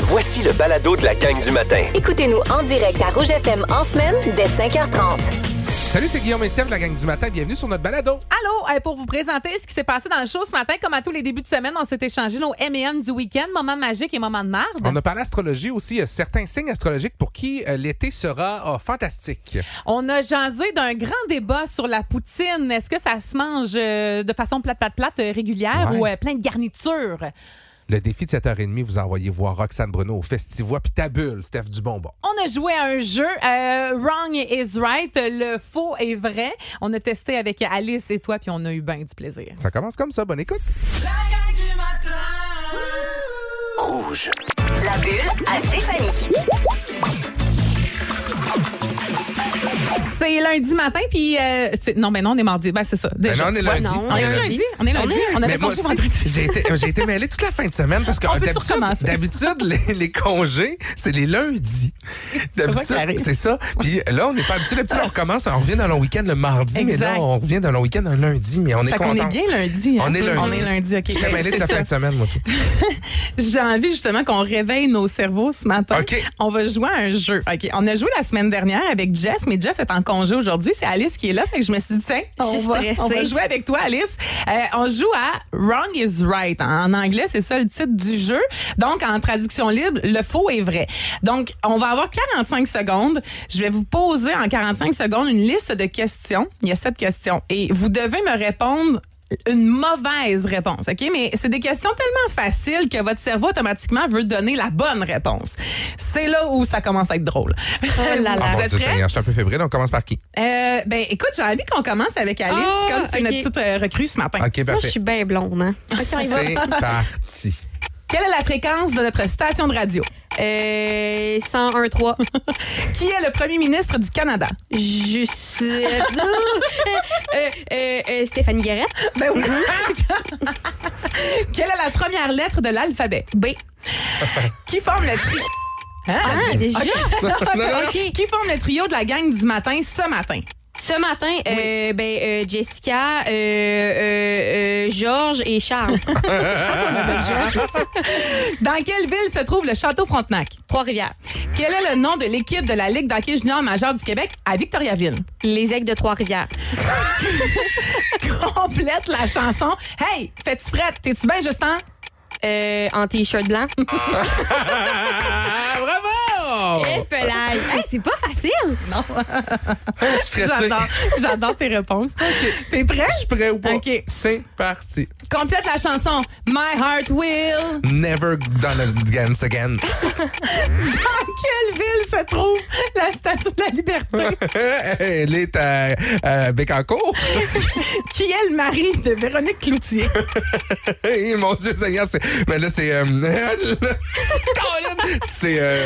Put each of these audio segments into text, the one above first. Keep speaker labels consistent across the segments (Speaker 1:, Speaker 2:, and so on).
Speaker 1: Voici le balado de la gang du matin.
Speaker 2: Écoutez-nous en direct à Rouge FM en semaine dès 5h30.
Speaker 3: Salut, c'est Guillaume et Steph, la gang du matin. Bienvenue sur notre balado.
Speaker 4: Allô, euh, pour vous présenter ce qui s'est passé dans le show ce matin, comme à tous les débuts de semaine, on s'est échangé nos M&M du week-end, moment magique et moment de marde.
Speaker 3: On a parlé astrologie aussi, euh, certains signes astrologiques pour qui euh, l'été sera ah, fantastique.
Speaker 4: On a jasé d'un grand débat sur la poutine. Est-ce que ça se mange euh, de façon plate, plate, plate euh, régulière
Speaker 3: Ouais.
Speaker 4: ou euh, plein de garnitures?
Speaker 3: Le défi de 7h30, vous envoyez voir Roxane Bruno au Festivois puis ta bulle, Steph Dubonbon.
Speaker 4: On a joué à un jeu, euh, Wrong is Right, le faux est vrai. On a testé avec Alice et toi, puis on a eu bien du plaisir.
Speaker 3: Ça commence comme ça, bonne écoute.
Speaker 1: Rouge.
Speaker 2: La bulle à Stéphanie.
Speaker 4: C'est lundi matin, puis... euh, c'est- non, mais non, on est mardi. Ben, c'est ça. Déjà,
Speaker 3: non, on est
Speaker 4: tu vois,
Speaker 3: lundi.
Speaker 4: non,
Speaker 3: On
Speaker 4: On est
Speaker 3: est
Speaker 4: lundi. On est lundi. On avait
Speaker 3: Mais moi
Speaker 4: congé
Speaker 3: aussi,
Speaker 4: vendredi.
Speaker 3: J'ai été, euh, j'ai été mêlé toute la fin de semaine parce que euh,
Speaker 4: On peut-tu
Speaker 3: d'habitude-
Speaker 4: recommencer?
Speaker 3: d'habitude, les, les congés, c'est les lundis.
Speaker 4: vois qu'il
Speaker 3: D'habitude,
Speaker 4: arrive.
Speaker 3: c'est ça. Puis là, on n'est pas habitué. D'habitude, on recommence, on revient d'un long week-end le mardi, mais là,
Speaker 4: Exact.
Speaker 3: on revient d'un long week-end un lundi, mais on est
Speaker 4: Fait qu'on
Speaker 3: content.
Speaker 4: est bien lundi. hein.
Speaker 3: On est lundi.
Speaker 4: On est lundi, OK.
Speaker 3: J'étais mêlé toute la fin de semaine, moi. tout.
Speaker 5: J'ai envie justement qu'on réveille nos cerveaux ce matin.
Speaker 3: OK.
Speaker 5: On va jouer à un jeu. OK. On a joué la semaine dernière avec Jess, mais Jess est en congé aujourd'hui. C'est Alice qui est là. Fait que je me suis dit, tiens,
Speaker 2: Je
Speaker 5: on
Speaker 2: suis
Speaker 5: va,
Speaker 2: stressée.
Speaker 5: on va jouer avec toi, Alice. Euh, on joue à Wrong is Right. En anglais, c'est ça le titre du jeu. Donc, en traduction libre, le faux est vrai. Donc, on va avoir 45 secondes. Je vais vous poser en 45 secondes une liste de questions. Il y a sept questions. Et vous devez me répondre une mauvaise réponse, OK? Mais c'est des questions tellement faciles que votre cerveau automatiquement veut donner la bonne réponse. C'est là où ça commence à être drôle.
Speaker 2: là là.
Speaker 3: Ah,
Speaker 5: Vous
Speaker 3: mon
Speaker 5: êtes
Speaker 3: Dieu
Speaker 5: prêts?
Speaker 3: Seigneur, je suis un peu fébrile. On commence par qui?
Speaker 5: Euh, ben, écoute, j'ai envie qu'on commence avec Alice,
Speaker 6: Ah,
Speaker 5: comme c'est
Speaker 6: ok.
Speaker 5: notre petite euh, recrue ce matin.
Speaker 3: OK,
Speaker 6: Moi, je
Speaker 3: parfait.
Speaker 6: suis bien blonde. Hein? OK, on y va.
Speaker 3: C'est parti.
Speaker 5: Quelle est la fréquence de notre station de radio?
Speaker 6: Euh, 101-3.
Speaker 5: Qui est le premier ministre du Canada?
Speaker 6: Je suis- Euh, euh, euh, Stéphanie Guérette.
Speaker 5: Ben oui. Quelle est la première lettre de l'alphabet?
Speaker 6: B.
Speaker 5: Qui forme le trio? Hein?
Speaker 6: Ah, déjà? OK.
Speaker 5: Qui forme le trio de la gang du matin ce matin?
Speaker 6: Ce matin, euh, ben, euh, Jessica, euh, euh, euh, Georges et Charles.
Speaker 5: Dans quelle ville se trouve le Château Frontenac?
Speaker 6: Trois-Rivières.
Speaker 5: Quel est le nom de l'équipe de la Ligue d'hockey junior majeure du Québec à Victoriaville?
Speaker 6: Les aigles de Trois-Rivières.
Speaker 5: Complète la chanson. Hey, fais-tu frette? T'es-tu bien, Justin?
Speaker 6: Euh, en T-shirt blanc.
Speaker 3: Ah, bravo!
Speaker 6: Eh, pelage. Hey, c'est pas facile.
Speaker 3: Je suis stressé.
Speaker 5: J'adore, j'adore tes réponses. T'es prêt?
Speaker 3: Je suis prêt ou pas?
Speaker 5: OK.
Speaker 3: C'est parti.
Speaker 5: Complète la chanson My Heart Will.
Speaker 3: Never done again again.
Speaker 5: Dans quelle ville se trouve la Statue de la Liberté?
Speaker 3: Elle est à, à Bécancour.
Speaker 5: Qui est le mari de Véronique Cloutier?
Speaker 3: Hey, Eh, Mon Dieu Seigneur, c'est... Mais là, c'est... euh, Colin! c'est euh,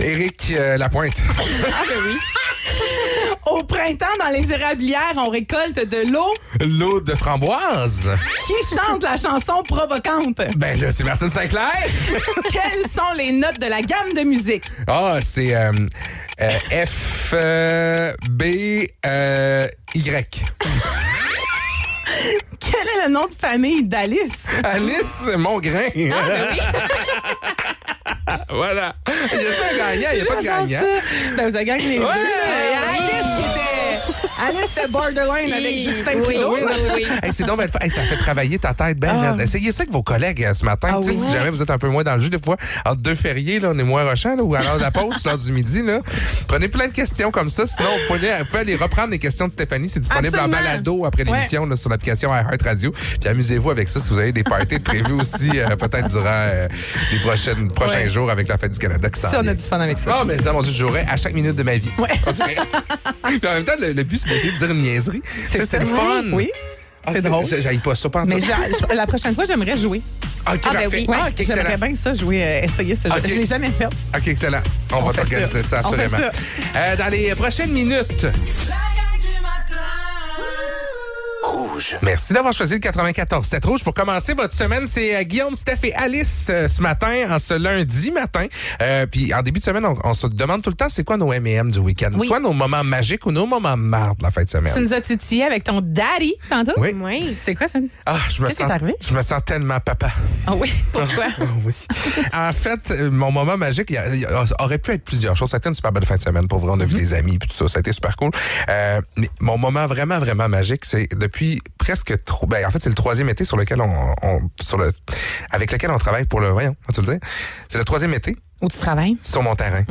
Speaker 3: Éric euh, Lapointe.
Speaker 5: Au printemps, dans les érablières, on récolte de l'eau.
Speaker 3: L'eau de framboise.
Speaker 5: Qui chante la chanson provocante?
Speaker 3: Ben là, c'est Martine Sinclair.
Speaker 5: Quelles sont les notes de la gamme de musique?
Speaker 3: Ah, c'est euh, euh, F, euh, B, euh, Y.
Speaker 5: Quel est le nom de famille d'Alice?
Speaker 3: Alice Mongrain.
Speaker 6: Ah, ben oui.
Speaker 3: voilà. Il y a un gagnant, il n'y a pas de
Speaker 5: J'adore
Speaker 3: gagnant.
Speaker 5: ça. Ben, vous avez gagné les deux.
Speaker 3: Ouais!
Speaker 5: Euh, Alice qui était... Alice était borderline avec
Speaker 6: Euh, Oui,
Speaker 5: Justin
Speaker 6: oui,
Speaker 5: Trudeau.
Speaker 6: oui, oui.
Speaker 3: Hey, c'est donc belle fa- hey, ça fait travailler ta tête, ben. raide. Essayez ça avec vos collègues euh, ce matin.
Speaker 5: Ah
Speaker 3: Tu sais,
Speaker 5: oui?
Speaker 3: Si jamais vous êtes un peu moins dans le jus, des fois, entre deux fériés, là, on est moins rochant, là, ou à l'heure de la pause, l'heure du midi, là. prenez plein de questions comme ça. Sinon, vous pouvez, vous pouvez aller reprendre les questions de Stéphanie. C'est disponible
Speaker 5: Absolument.
Speaker 3: en balado après l'émission là, sur l'application iHeartRadio. Puis amusez-vous avec ça si vous avez des parties de prévues aussi, euh, peut-être durant euh, les prochaines, prochains
Speaker 5: Ouais.
Speaker 3: jours avec la Fête du Canada. qui s'en
Speaker 5: Ça, on
Speaker 3: vient.
Speaker 5: a du fun avec ça.
Speaker 3: Ah, mais ça, mon Dieu, je jouerais à chaque minute de ma vie. On dirait. Puis en même temps, le, le but, c'est d'essayer de dire une niaiserie. Tu sais, C'est le
Speaker 5: Oui,
Speaker 3: fun.
Speaker 5: Oui.
Speaker 3: Ah,
Speaker 5: C'est drôle.
Speaker 3: j'ai- J'aille pas ça, pas en
Speaker 5: Mais
Speaker 3: tout.
Speaker 5: je- je- la prochaine fois, j'aimerais jouer.
Speaker 3: OK,
Speaker 6: ben
Speaker 3: parfait.
Speaker 6: oui.
Speaker 5: Ouais,
Speaker 3: Ah, OK, excellent.
Speaker 5: j'aimerais bien ça jouer, euh, essayer ce jeu.
Speaker 3: Ok.
Speaker 5: Je l'ai jamais fait.
Speaker 3: OK, excellent. On, va
Speaker 5: fait
Speaker 3: t'organiser ça,
Speaker 5: ça. On fait
Speaker 3: assurément. Euh, dans les prochaines minutes,
Speaker 1: Rouge. Rouge.
Speaker 3: Merci d'avoir choisi le 94 7 rouge pour commencer votre semaine. C'est euh, Guillaume, Steph et Alice euh, ce matin, en ce lundi matin. Euh, puis en début de semaine, on, on se demande tout le temps c'est quoi nos M&M du week-end,
Speaker 5: Oui.
Speaker 3: soit nos moments magiques ou nos moments marres de la fin de semaine.
Speaker 5: Tu nous as titillé avec ton daddy tantôt?
Speaker 3: Oui.
Speaker 6: Oui.
Speaker 5: C'est quoi ça?
Speaker 3: Ah, je me
Speaker 5: Qu'est-ce qui
Speaker 3: sens,
Speaker 5: est arrivé?
Speaker 3: je me sens tellement papa.
Speaker 5: Ah oui, pourquoi?
Speaker 3: Oui. en fait, euh, mon moment magique, il y a- il y a- aurait pu être plusieurs choses. Ça a été une super belle fin de semaine. Pour vrai, on a vu des amis puis tout ça. Ça a été super cool. Euh, mais mon moment vraiment, vraiment magique, c'est depuis presque trop. Ben, en fait, c'est le troisième été sur lequel on, on- sur le, avec lequel on travaille pour le. Voyons, tu le dire. C'est le troisième été
Speaker 5: Où tu travailles?
Speaker 3: sur mon terrain.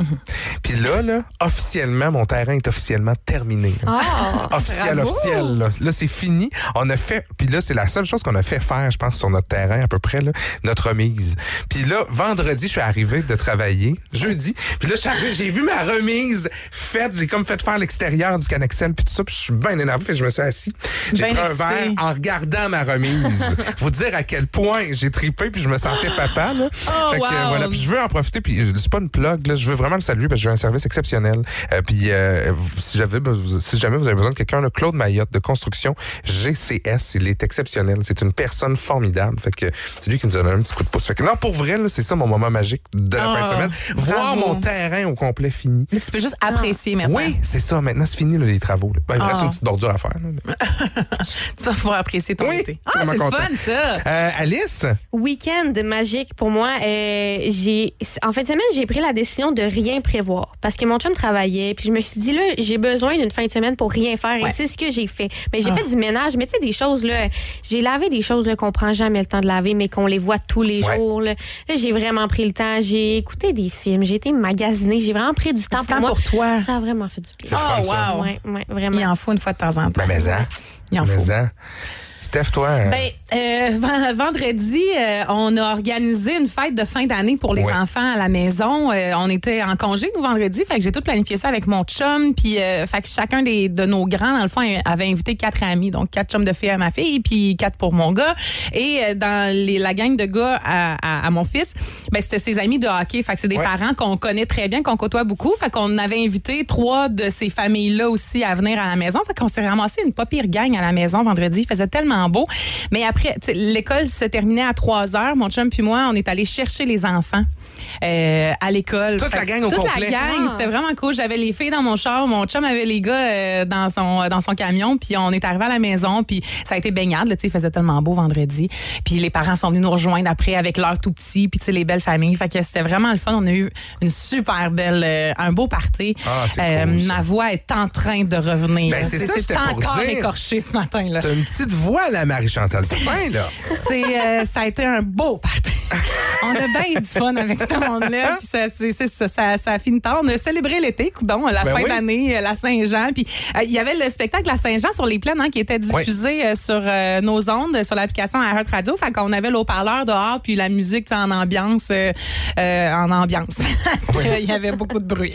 Speaker 3: Puis là, là, officiellement, mon terrain est officiellement terminé.
Speaker 6: Ah.
Speaker 3: Officiel,
Speaker 5: bravo!
Speaker 3: officiel. Là, Là, c'est fini. On a fait. Puis là, c'est la seule chose qu'on a fait faire, je pense, sur notre terrain à peu près, là, notre remise. Puis là, vendredi, je suis arrivé de travailler, jeudi. Puis là, je suis arrivé, j'ai vu ma remise faite. J'ai comme fait faire l'extérieur du Canexel, puis tout ça. Puis je suis bien énervé. Fait que je me suis assis. J'ai
Speaker 5: Ben
Speaker 3: pris un
Speaker 5: excité.
Speaker 3: verre en regardant ma remise. Vous dire à quel point j'ai tripé, puis je me sentais papa. Là.
Speaker 5: Oh,
Speaker 3: fait que, euh,
Speaker 5: wow.
Speaker 3: voilà. Puis je veux en profiter, puis euh, c'est pas une plug, là, je veux vraiment le saluer parce que j'ai un service exceptionnel. Euh, puis euh, vous- si, j'avais be- si jamais vous avez besoin de quelqu'un, le Claude Mayotte de Construction GCS, il est exceptionnel. C'est une personne formidable. Fait que c'est lui qui nous donne un petit coup de pouce. Fait que non, pour vrai, là, c'est ça mon moment magique de la
Speaker 5: Oh,
Speaker 3: fin de semaine. Voir
Speaker 5: bravo.
Speaker 3: mon terrain au complet fini.
Speaker 5: Mais tu peux juste apprécier maintenant.
Speaker 3: Oui, c'est ça. Maintenant, c'est fini là, les travaux. là. Ben, il me reste
Speaker 5: Ah.
Speaker 3: une petite bordure à faire. là.
Speaker 5: Tu vas pouvoir apprécier ton
Speaker 3: Oui, je
Speaker 5: été.
Speaker 3: suis
Speaker 5: Ah, c'est
Speaker 3: vraiment
Speaker 5: le
Speaker 3: content.
Speaker 5: fun, ça!
Speaker 3: Euh, Alice?
Speaker 6: Week-end magique pour moi. Euh, j'ai en fin de semaine j'ai pris la décision de rien prévoir parce que mon chum travaillait puis je me suis dit là j'ai besoin d'une fin de semaine pour rien faire et c'est ce que j'ai fait. Mais
Speaker 5: Ah.
Speaker 6: j'ai fait du ménage mais tu sais des choses là j'ai lavé des choses là qu'on prend jamais le temps de laver mais qu'on les voit tous les
Speaker 3: Ouais.
Speaker 6: jours là. Là, j'ai vraiment pris le temps j'ai écouté des films j'ai été magasiner j'ai vraiment pris du temps
Speaker 5: Du
Speaker 6: pour
Speaker 5: temps
Speaker 6: moi.
Speaker 5: pour toi.
Speaker 6: Ça a vraiment fait du bien.
Speaker 3: C'est le fun,
Speaker 5: Oh,
Speaker 3: ça.
Speaker 5: wow!
Speaker 6: Ouais, ouais, vraiment.
Speaker 5: Il en faut une fois de temps en temps.
Speaker 3: Ben, mais en.
Speaker 5: Il en
Speaker 3: Mais hein.
Speaker 5: faut.
Speaker 3: en. Steph, toi? euh,
Speaker 5: Ben, euh, ven- vendredi, euh, on a organisé une fête de fin d'année pour les
Speaker 3: Ouais.
Speaker 5: enfants à la maison. Euh, on était en congé, nous, vendredi. Fait que j'ai tout planifié ça avec mon chum. Puis, euh, fait que chacun des, de nos grands, dans le fond, avait invité quatre amis. Donc, quatre chums de filles à ma fille, puis quatre pour mon gars. Et euh, dans les, la gang de gars à, à- à mon fils, ben, c'était ses amis de hockey. Fait que c'est des
Speaker 3: Ouais.
Speaker 5: parents qu'on connaît très bien, qu'on côtoie beaucoup. Fait qu'on avait invité trois de ces familles-là aussi à venir à la maison. Fait qu'on s'est ramassé une pas pire gang à la maison vendredi. Il faisait tellement beau. Mais après, tu sais, l'école se terminait à 3 heures. Mon chum puis moi, on est allé chercher les enfants euh, à l'école.
Speaker 3: Toute
Speaker 5: Fait
Speaker 3: la
Speaker 5: que
Speaker 3: gang au
Speaker 5: toute
Speaker 3: complet.
Speaker 5: la gang,
Speaker 6: Ah.
Speaker 5: c'était vraiment cool. J'avais les filles dans mon char, mon chum avait les gars euh, dans son dans son camion. Puis on est arrivé à la maison. Puis ça a été baignade. là, tu sais, il faisait tellement beau vendredi. Puis les parents sont venus nous rejoindre après avec leurs tout petits. Puis tu sais, les belles familles. Fait que c'était vraiment le fun. On a eu une super belle, euh, un beau party. Euh,
Speaker 3: Ah, c'est cool, ça.
Speaker 5: ma voix est en train de revenir.
Speaker 3: Ben, c'est ça,
Speaker 5: C'était
Speaker 3: j'étais pour
Speaker 5: encore
Speaker 3: dire.
Speaker 5: écorché ce matin là.
Speaker 3: T'as une petite voix, la Marie-Chantal Toupin, là.
Speaker 5: C'est, euh, ça a été un beau party. On a bien eu du fun avec ce monde-là. Puis ça, c'est, c'est ça, ça, ça a fini tard. On a célébré l'été, coudon, la
Speaker 3: Ben
Speaker 5: fin
Speaker 3: oui.
Speaker 5: d'année, euh, la Saint-Jean. Puis euh, il y avait le spectacle La Saint-Jean sur les plaines hein, qui était diffusé euh, sur euh, nos ondes, sur l'application Heart Radio. Fait qu'on avait le haut-parleur dehors, puis la musique tu sais, en ambiance, euh, euh, en ambiance. Parce qu'il y avait beaucoup de bruit.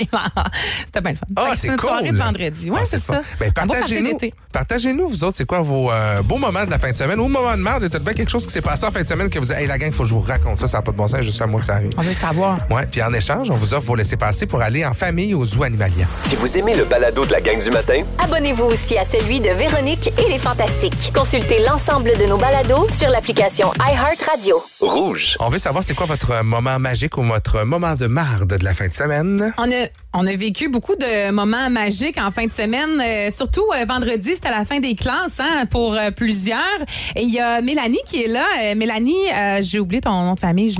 Speaker 5: C'était bien le fun. Fait
Speaker 3: Ah,
Speaker 5: que
Speaker 3: c'est
Speaker 5: c'est une
Speaker 3: cool.
Speaker 5: soirée de vendredi. Ouais,
Speaker 3: Ah,
Speaker 5: c'est,
Speaker 3: le
Speaker 5: ça.
Speaker 3: fun. Ben,
Speaker 5: Un beau party
Speaker 3: partagez-nous,
Speaker 5: d'été.
Speaker 3: partagez-nous, vous autres, c'est quoi vos euh, beaux moments de la fin de semaine ou moments de merde? Il y a peut-être bien quelque chose qui s'est passé en fin de semaine que vous dites, hey, la gang, faut que je vous raconte ça, ça n'a pas de bon sens, juste à moi que ça arrive.
Speaker 5: On veut savoir.
Speaker 3: Ouais, puis en échange, on vous offre vos laissez-passer pour aller en famille au zoo animalier.
Speaker 1: Si vous aimez le balado de la gang du matin,
Speaker 2: Abonnez-vous aussi à celui de Véronique et les Fantastiques. Consultez l'ensemble de nos balados sur l'application iHeartRadio.
Speaker 1: Rouge.
Speaker 3: On veut savoir c'est quoi votre euh, moment magique ou votre moment de marde de la fin de semaine.
Speaker 5: On a, on a vécu beaucoup de moments magiques en fin de semaine, euh, surtout euh, vendredi, c'était la fin des classes hein, pour euh, plusieurs. Et il y a Mélanie qui est là. Euh, Mélanie, euh, j'ai oublié ton nom de famille, je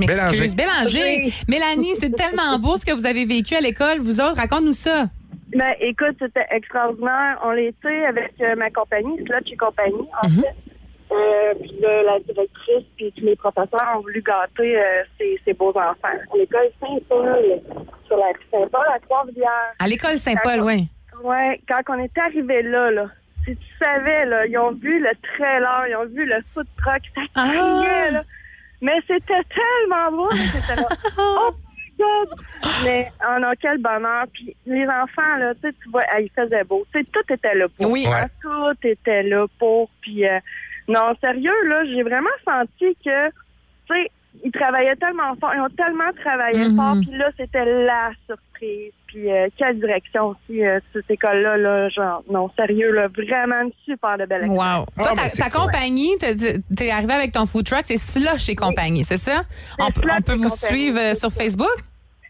Speaker 3: Bélanger.
Speaker 5: m'excuse. Bélanger. Mélanie, c'est tellement beau ce que vous avez vécu à l'école. Vous autres, raconte-nous ça.
Speaker 7: Ben, écoute, c'était extraordinaire. On l'était avec euh, ma compagnie, Slotch et compagnie, en fait. Euh, puis là, la directrice puis tous les professeurs ont voulu gâter euh, ces, ces beaux enfants. On l'école Saint-Paul, sur la rue Saint-Paul à Trois-Rivières.
Speaker 5: À l'école Saint-Paul,
Speaker 7: D'accord.
Speaker 5: oui.
Speaker 7: Ouais, quand on est arrivé là, là, si tu savais, là, ils ont vu le trailer, ils ont vu le food truck, ça
Speaker 5: Ah!
Speaker 7: criait, là. Mais c'était tellement beau, là, c'était là, oh my god! Mais on a quel bonheur. Puis les enfants, là, tu sais, tu vois, ah, il faisait beau. Tu sais, tout était là pour.
Speaker 5: Oui.
Speaker 7: hein, tout était là pour. Puis euh, non, sérieux, là, j'ai vraiment senti que, tu sais, ils travaillaient tellement fort, ils ont tellement travaillé fort, puis là, c'était la surprise. Puis euh, quelle direction aussi, euh, cette école-là, là, genre, non, sérieux, là, vraiment une super de belle école.
Speaker 5: Wow. Toi,
Speaker 3: Ah,
Speaker 5: ta,
Speaker 3: ben, c'est
Speaker 5: ta
Speaker 3: cool.
Speaker 5: compagnie, t'as dit- t'es arrivé avec ton food truck, c'est Slush et compagnie, c'est ça?
Speaker 7: C'est
Speaker 5: On, peut-
Speaker 7: Slush
Speaker 5: on peut
Speaker 7: et
Speaker 5: vous
Speaker 7: compagnie,
Speaker 5: suivre euh,
Speaker 7: c'est
Speaker 5: sur
Speaker 7: ça.
Speaker 5: Facebook?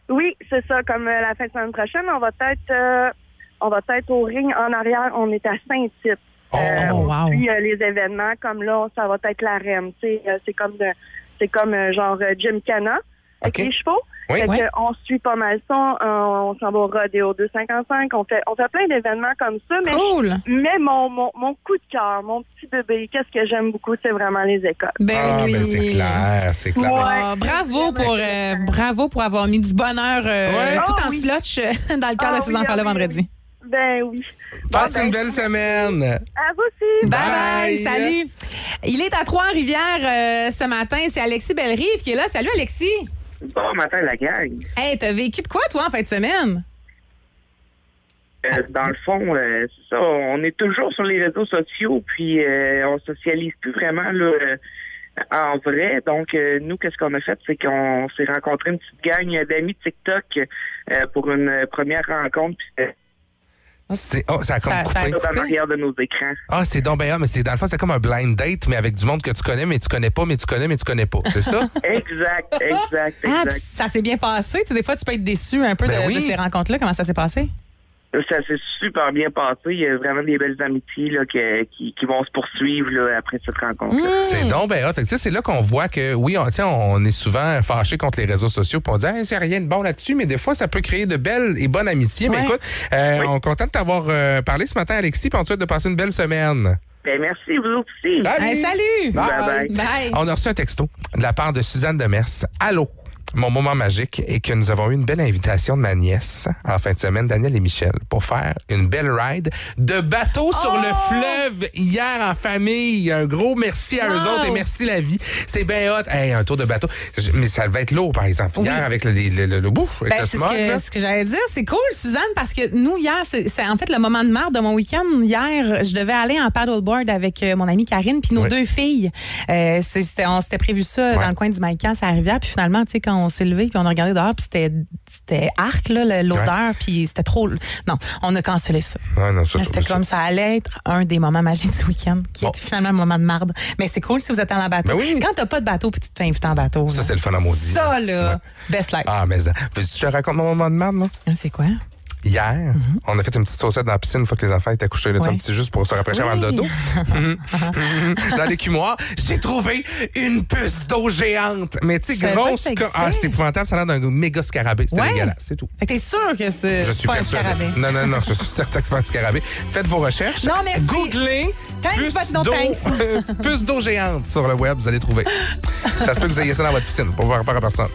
Speaker 7: Oui, c'est ça, comme euh, la fin de semaine prochaine, on va peut-être euh, on va peut-être au ring en arrière, on est à Saint-Tite.
Speaker 3: Ah,
Speaker 7: Euh,
Speaker 5: Oh, wow.
Speaker 7: Puis euh, les événements comme là, ça va être l'arène, tu sais, euh, c'est comme de- c'est comme euh, genre euh, Gymkhana avec
Speaker 3: OK.
Speaker 7: les chevaux.
Speaker 3: Oui.
Speaker 7: Fait que,
Speaker 5: Ouais.
Speaker 7: euh, on suit pas mal ça, euh, on s'en va au rodéo 255, on fait on fait plein d'événements comme ça, mais
Speaker 5: Oh, Cool.
Speaker 7: mais mon, mon, mon coup de cœur, mon petit bébé, qu'est-ce que j'aime beaucoup, c'est vraiment les écoles.
Speaker 3: Ah, ben, c'est
Speaker 5: oui.
Speaker 3: clair, c'est clair.
Speaker 7: Ouais.
Speaker 5: Ah, bravo pour euh, bravo pour avoir mis du bonheur euh,
Speaker 3: Ouais.
Speaker 5: tout
Speaker 7: Ah,
Speaker 5: en
Speaker 7: oui.
Speaker 5: slush euh, dans le cadre
Speaker 7: Ah,
Speaker 5: de ces
Speaker 7: oui,
Speaker 5: enfants-là
Speaker 7: ah, oui,
Speaker 5: vendredi.
Speaker 7: Ben oui.
Speaker 3: Passe
Speaker 7: Bon, ben,
Speaker 3: une belle semaine.
Speaker 7: À vous aussi.
Speaker 5: Bye bye,
Speaker 3: Bye.
Speaker 5: salut. Il est à Trois-Rivières euh, ce matin, c'est Alexis Bellerive qui est là. Salut Alexis.
Speaker 8: Bon matin, la gang.
Speaker 5: Hey, t'as vécu de quoi toi en fin de semaine
Speaker 8: Euh, dans le fond, euh, c'est ça, on est toujours sur les réseaux sociaux, puis euh, on socialise plus vraiment là, euh, en vrai. Donc, euh, nous, qu'est-ce qu'on a fait, c'est qu'on s'est rencontré une petite gang d'amis TikTok euh, pour une première rencontre, puis c'était
Speaker 3: C'est- oh, ça a comme
Speaker 5: Ça- ça a
Speaker 3: coupé.
Speaker 5: coupé.
Speaker 8: en arrière de nos écrans.
Speaker 3: Ah, c'est donc ben, ah, mais c'est dans le fond, c'est comme un blind date, mais avec du monde que tu connais, mais tu connais pas, mais tu connais, mais tu connais pas. C'est ça?
Speaker 5: Hmm.
Speaker 8: Exact, exact,
Speaker 5: Ah,
Speaker 8: exact.
Speaker 5: pis ça s'est bien passé. Tu sais, des fois, tu peux être déçu un peu
Speaker 3: Ben
Speaker 5: de,
Speaker 3: oui.
Speaker 5: de ces rencontres-là. Comment ça s'est passé?
Speaker 8: Ça s'est super bien passé. Il y a vraiment des belles amitiés là, que- qui, qui vont se poursuivre là, après cette rencontre.
Speaker 3: C'est donc ben, ah, fait que, tu sais, c'est là qu'on voit que oui, on, tu sais, on est souvent fâché contre les réseaux sociaux pour on dit Hey, c'est rien de bon là-dessus, mais des fois ça peut créer de belles et bonnes amitiés. Mais
Speaker 5: Ouais.
Speaker 3: écoute, euh, on est content de t'avoir euh, parlé ce matin, Alexis, puis on te souhaite de passer une belle semaine.
Speaker 8: Ben, merci, vous aussi.
Speaker 3: Salut!
Speaker 5: Hey, salut.
Speaker 8: Bye-bye.
Speaker 5: Bye.
Speaker 3: On a reçu un texto de la part de Suzanne Demers. Allô? Mon moment magique est que nous avons eu une belle invitation de ma nièce en fin de semaine, Daniel et Michel, pour faire une belle ride de bateau sur le
Speaker 5: Oh!
Speaker 3: fleuve hier en famille. Un gros merci à eux
Speaker 5: Wow!
Speaker 3: autres et merci la vie. C'est bien hot. Hey, un tour de bateau. Je- Mais ça devait être lourd, par exemple. Hier, avec le, le, le- le bout, avec
Speaker 5: Ben,
Speaker 3: le
Speaker 5: c'est ce
Speaker 3: smog, là.
Speaker 5: que, ce que j'allais dire. C'est cool, Suzanne, parce que nous, hier, c'est c'est en fait le moment de marre de mon week-end. Hier, je devais aller en paddleboard avec euh, mon amie Karine puis nos
Speaker 3: Oui.
Speaker 5: deux filles. Euh, c'est- c'était- on s'était prévu ça dans le coin du Maïkan, à la rivière. Puis finalement, tu sais, quand on s'est levé puis on a regardé dehors, puis c'était- c'était arc, là, le- l'odeur, puis c'était trop... Non, on a cancellé ça.
Speaker 3: Ouais, non, ça, ça,
Speaker 5: Mais Ben, C'était
Speaker 3: ça.
Speaker 5: comme ça allait être un des moments magiques du week-end, qui
Speaker 3: Bon.
Speaker 5: était finalement le moment de marde. Mais c'est cool si vous êtes en bateau.
Speaker 3: Ben oui.
Speaker 5: Quand t'as pas de bateau puis tu te fais inviter en bateau.
Speaker 3: Ça,
Speaker 5: là.
Speaker 3: c'est le fun à maudit.
Speaker 5: Ça, là,
Speaker 3: Ouais.
Speaker 5: best life.
Speaker 3: Ah, mais ça. Veux-tu que je te raconte mon moment de merde, là?
Speaker 5: Ah, C'est quoi?
Speaker 3: Hier, on a fait une petite saucette dans la piscine une fois que les enfants étaient couchés. Là, tu sais,
Speaker 5: Mhm. Ouais.
Speaker 3: un petit juste pour se rafraîchir avant le dodo. Mhm. Mhm. dans l'écumoire, j'ai trouvé une puce d'eau géante. Mais tu
Speaker 5: Je
Speaker 3: sais,
Speaker 5: savais pas que
Speaker 3: grosse.
Speaker 5: ça
Speaker 3: co- Ah,
Speaker 5: existait.
Speaker 3: c'était épouvantable. Ça a l'air d'un méga scarabée. C'était
Speaker 5: Ouais.
Speaker 3: dégueulasse. C'est tout.
Speaker 5: Fait que t'es sûr que c'est
Speaker 3: Je
Speaker 5: c'est
Speaker 3: suis
Speaker 5: pas un
Speaker 3: persuadé.
Speaker 5: scarabée.
Speaker 3: Non, non, non, je suis certain que c'est pas un scarabée. Faites vos recherches.
Speaker 5: Non, merci.
Speaker 3: Googlez
Speaker 5: Thanks,
Speaker 3: puce
Speaker 5: but no
Speaker 3: d'eau-
Speaker 5: thanks.
Speaker 3: puce d'eau géante sur le web. Vous allez trouver. ça se peut que vous ayez ça dans votre piscine. Pour voir rapport à personne.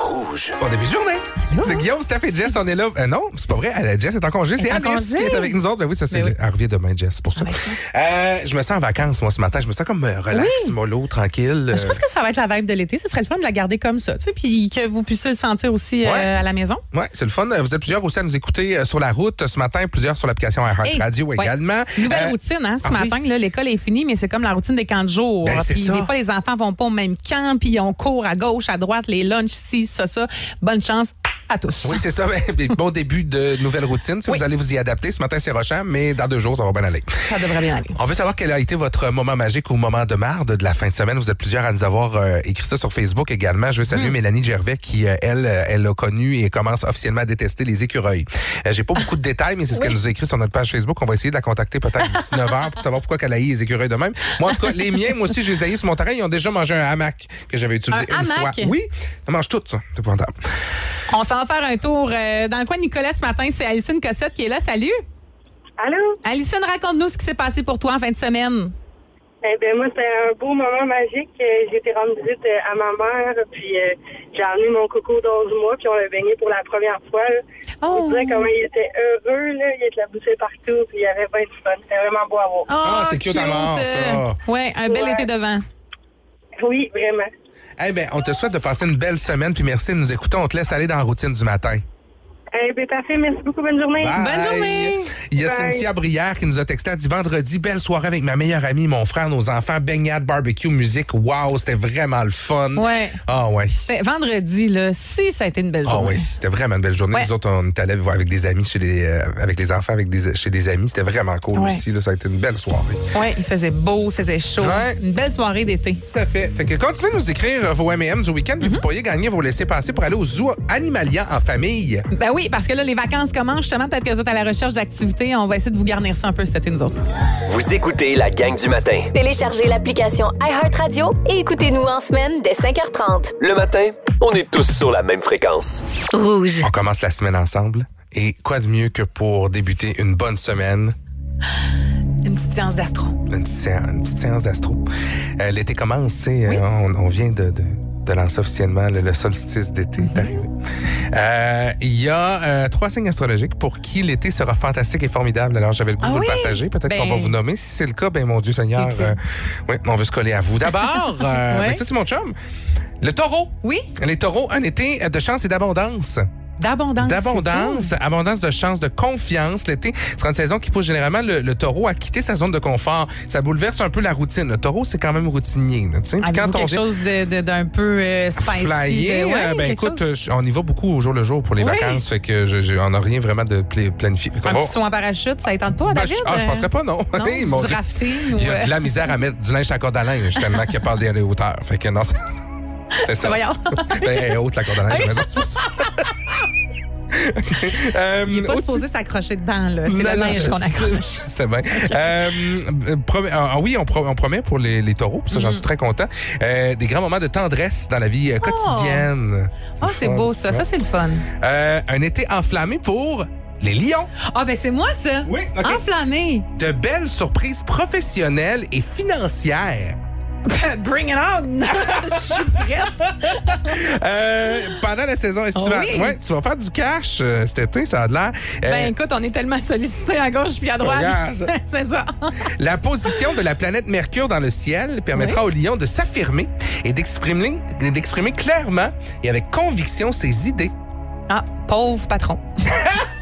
Speaker 1: Rouge.
Speaker 3: Bon début de journée. C'est Guillaume, Steph et Jess, on est là. Euh, non, c'est pas vrai. Elle, est- Jess est en congé. C'est
Speaker 5: est en
Speaker 3: Alice
Speaker 5: congé.
Speaker 3: qui est avec nous autres. Ben oui, ça c'est.
Speaker 5: Ben Ah,
Speaker 3: le- Elle revient demain, Jess, pour ça. Euh, je me sens en vacances, moi, ce matin. Je me sens comme euh, relax, mollo, tranquille.
Speaker 5: Ben, Je pense que ça va être la vibe de l'été. Ce serait le fun de la garder comme ça, tu sais, puis que vous puissiez le sentir aussi euh,
Speaker 3: Ouais.
Speaker 5: à la maison.
Speaker 3: Oui, c'est le fun. Euh, Vous êtes plusieurs aussi à nous écouter euh, sur la route euh, ce matin, plusieurs sur l'application
Speaker 5: Hey,
Speaker 3: iHeartRadio
Speaker 5: ouais.
Speaker 3: également.
Speaker 5: Nouvelle
Speaker 3: Euh,
Speaker 5: routine, hein, ce
Speaker 3: ah oui.
Speaker 5: matin, là, l'école est finie, mais c'est comme la routine des camps de jour.
Speaker 3: Ben, c'est
Speaker 5: puis
Speaker 3: ça.
Speaker 5: des fois, les enfants vont pas au même camp, puis on court à gauche, à droite, les lunchs, ci, ça, ça. Bonne chance à tous.
Speaker 3: Oui, c'est ça. Mais bon début de nouvelle routine. Si
Speaker 5: Oui.
Speaker 3: vous allez vous y adapter, ce matin, c'est rochant, mais dans deux jours, ça va bien aller.
Speaker 5: Ça devrait bien aller.
Speaker 3: On veut savoir quel a été votre moment magique ou moment de marde de la fin de semaine. Vous êtes plusieurs à nous avoir euh, écrit ça sur Facebook également. Je veux saluer
Speaker 5: Mm.
Speaker 3: Mélanie Gervais qui, euh, elle, euh, elle a connu et commence officiellement à détester les écureuils. Euh, J'ai pas beaucoup de détails, mais c'est ce qu'elle nous a écrit sur notre page Facebook. On va essayer de la contacter peut-être 19 h pour savoir pourquoi qu'elle haït les écureuils de même. Moi, en tout cas, les miens, moi aussi, je les haïs sur mon terrain. Ils ont déjà mangé un hamac que j'avais utilisé
Speaker 5: Un
Speaker 3: une
Speaker 5: hamac?
Speaker 3: fois. Oui, ça mange tout, ça. C'est épouvantable.
Speaker 5: On s'en va faire un tour euh, dans le coin de Nicolas ce matin. C'est Alison Cossette qui est là. Salut!
Speaker 7: Allô?
Speaker 5: Alison, raconte-nous ce qui s'est passé pour toi en fin de semaine.
Speaker 7: Eh bien, moi, c'était un beau moment magique. Euh, J'ai été rendre visite euh, à ma mère, puis euh, j'ai amené mon coco d'11 mois, puis on l'a baigné pour la première fois. là.
Speaker 5: Oh.
Speaker 7: On dirait comment il était heureux, là. Il était la boussée partout, puis il avait bien du fun. C'était vraiment beau à voir.
Speaker 5: Ah,
Speaker 3: c'est cute à mort, ça.
Speaker 5: Ouais, un bel
Speaker 7: Ouais.
Speaker 5: été devant.
Speaker 7: Oui, vraiment.
Speaker 3: Eh ben, on te souhaite de passer une belle semaine, puis merci de nous écouter. On te laisse aller dans la routine du matin.
Speaker 7: Eh bien, parfait. Merci beaucoup. Bonne journée.
Speaker 3: Bye.
Speaker 5: journée.
Speaker 3: Il y a
Speaker 7: Bye.
Speaker 3: Cynthia Brière qui nous a texté, elle dit vendredi, belle soirée avec ma meilleure amie, mon frère, nos enfants, baignade, barbecue, musique. Wow, c'était vraiment le fun.
Speaker 4: Ouais.
Speaker 3: Ah ouais.
Speaker 4: C'est vendredi, là, si ça a été une belle
Speaker 3: Ah
Speaker 4: journée.
Speaker 3: ouais, c'était vraiment une belle journée.
Speaker 4: Ouais.
Speaker 3: Nous autres, on est allés voir avec des amis chez les, euh, avec les enfants, avec des, chez des amis. C'était vraiment cool
Speaker 4: Ouais.
Speaker 3: aussi. là. Ça a été une belle soirée.
Speaker 4: Ouais, il faisait beau, il faisait chaud.
Speaker 3: Ouais.
Speaker 4: Une belle soirée d'été.
Speaker 3: Tout à fait. Fait que continuez de nous écrire vos M&M du week-end, puis vous pourriez gagner vos laissés-passer pour aller au zoo Animalia en famille.
Speaker 4: Ben oui, parce que là, les vacances commencent justement. Peut-être que vous êtes à la recherche d'activités. On va essayer de vous garnir ça un peu cet été, nous autres.
Speaker 1: Vous écoutez la gang du matin.
Speaker 2: Téléchargez l'application iHeartRadio et écoutez-nous en semaine dès 5h30.
Speaker 1: Le matin, on est tous sur la même fréquence.
Speaker 2: Rouge.
Speaker 3: On commence la semaine ensemble. Et quoi de mieux que pour débuter une bonne semaine
Speaker 4: Une petite séance d'astro.
Speaker 3: une petite, séance- une petite séance d'astro. Euh, L'été commence, tu sais, euh, on, on vient de, de, de lancer officiellement le, le solstice d'été.
Speaker 4: Mm-hmm.
Speaker 3: est arrivé. Euh, Il y a euh, trois signes astrologiques pour qui l'été sera fantastique et formidable. Alors, j'avais le goût
Speaker 4: Ah
Speaker 3: de vous
Speaker 4: oui?
Speaker 3: le partager. Peut-être qu'on va
Speaker 4: Ben-
Speaker 3: vous nommer. Si c'est le cas, ben mon Dieu Seigneur,
Speaker 4: C'est utile.
Speaker 3: euh, oui, on veut se coller à vous. D'abord, euh,
Speaker 4: Ouais.
Speaker 3: ben, ça c'est mon chum. Le taureau.
Speaker 4: Oui,
Speaker 3: Les taureaux, un été de chance et d'abondance.
Speaker 4: d'abondance.
Speaker 3: D'abondance,
Speaker 4: Ah.
Speaker 3: abondance de chances, de confiance. L'été sera une saison qui pousse généralement le, le taureau à quitter sa zone de confort. Ça bouleverse un peu la routine. Le taureau, c'est quand même routinier. là, tu sais. Puis
Speaker 4: Avez-vous
Speaker 3: Quand on
Speaker 4: quelque
Speaker 3: est
Speaker 4: chose de- de- d'un peu euh, spicy.
Speaker 3: flyé,
Speaker 4: de- ouais,
Speaker 3: euh, ben
Speaker 4: quelque
Speaker 3: écoute,
Speaker 4: chose.
Speaker 3: euh, on y va beaucoup au jour le jour pour les
Speaker 4: Oui.
Speaker 3: vacances. Fait que je, je- on n'a rien vraiment de pla- planifié. Fait qu'on
Speaker 4: un
Speaker 3: va-
Speaker 4: petit saut en parachute, ça ne tente pas,
Speaker 3: oh. Ben,
Speaker 4: David? Euh,
Speaker 3: je, ah, je penserais pas, non.
Speaker 4: Non,
Speaker 3: Hey,
Speaker 4: c'est
Speaker 3: mon
Speaker 4: du
Speaker 3: Dieu.
Speaker 4: rafting ou...
Speaker 3: Il y a
Speaker 4: euh,
Speaker 3: de la misère à mettre du linge à corde à linge tellement qu'il parle des hauteurs. Fait que non, c'est- c'est ça.
Speaker 4: voyons.
Speaker 3: Ben, elle est haute la corde à linge, j'ai raison, c'est pour ça. Euh,
Speaker 4: Il n'est pas
Speaker 3: aussi-
Speaker 4: supposé s'accrocher dedans, là. C'est
Speaker 3: Non,
Speaker 4: la
Speaker 3: non,
Speaker 4: neige
Speaker 3: je
Speaker 4: qu'on
Speaker 3: sais,
Speaker 4: accroche.
Speaker 3: C'est bien. Euh, prom- ah oui, on, pro- on promet pour les, les taureaux, puis ça,
Speaker 4: Mm.
Speaker 3: j'en suis très content. Euh, des grands moments de tendresse dans la vie euh, quotidienne.
Speaker 4: Oh! Ah,
Speaker 3: le
Speaker 4: c'est
Speaker 3: fun.
Speaker 4: beau, ça. Ça,
Speaker 3: Ouais.
Speaker 4: c'est le fun.
Speaker 3: Euh, un été enflammé pour les lions.
Speaker 4: Ah, ben c'est moi, ça.
Speaker 3: Oui, OK.
Speaker 4: Enflammé.
Speaker 3: De belles surprises professionnelles et financières.
Speaker 4: Bring it on! Je suis prête.
Speaker 3: Euh, pendant la saison estivale.
Speaker 4: Ah Oui.
Speaker 3: Ouais, tu vas faire du cash euh, cet été, ça a de l'air. Euh,
Speaker 4: Ben écoute, on est tellement sollicité à gauche puis à droite.
Speaker 3: Regarde.
Speaker 4: c'est ça.
Speaker 3: La position de la planète Mercure dans le ciel permettra au lion de s'affirmer et d'exprimer d'exprimer clairement et avec conviction ses idées.
Speaker 4: Ah, pauvre patron.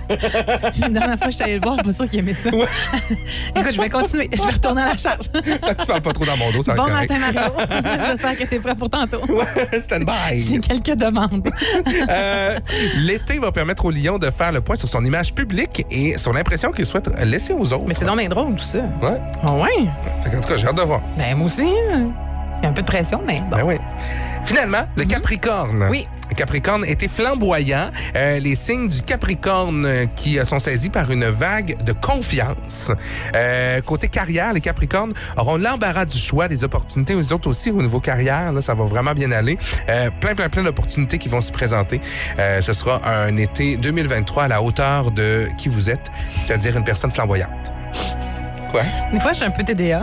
Speaker 4: La dernière fois que je suis allée le voir, je suis pas sûre qu'il aimait ça. écoute, je vais continuer. Je vais retourner à la charge.
Speaker 3: Tant que tu parles pas trop dans mon dos, ça va
Speaker 4: Bon
Speaker 3: être
Speaker 4: matin, Mario. J'espère que t'es prêt pour tantôt.
Speaker 3: correct. Stand
Speaker 4: J'ai
Speaker 3: by.
Speaker 4: quelques demandes.
Speaker 3: Euh, L'été va permettre au lion de faire le point sur son image publique et sur l'impression qu'il souhaite laisser aux autres.
Speaker 5: Mais c'est donc bien drôle, tout ça.
Speaker 3: Ouais.
Speaker 5: Ah ouais?
Speaker 3: En tout cas, j'ai hâte de voir.
Speaker 5: Ben, moi aussi. euh, C'est un peu de pression, mais bon.
Speaker 3: Ben oui. Finalement, le Capricorne.
Speaker 5: Oui.
Speaker 3: Le Capricorne était flamboyant. Euh, les signes du Capricorne euh, qui euh, sont saisis par une vague de confiance. Euh, côté carrière, les Capricornes auront l'embarras du choix des opportunités. Eux autres aussi, au niveau carrière, là, ça va vraiment bien aller. Euh, plein, plein, plein d'opportunités qui vont se présenter. Euh, ce sera un été 2023 à la hauteur de qui vous êtes, c'est-à-dire une personne flamboyante. Quoi?
Speaker 5: Des fois, je suis un peu TDA.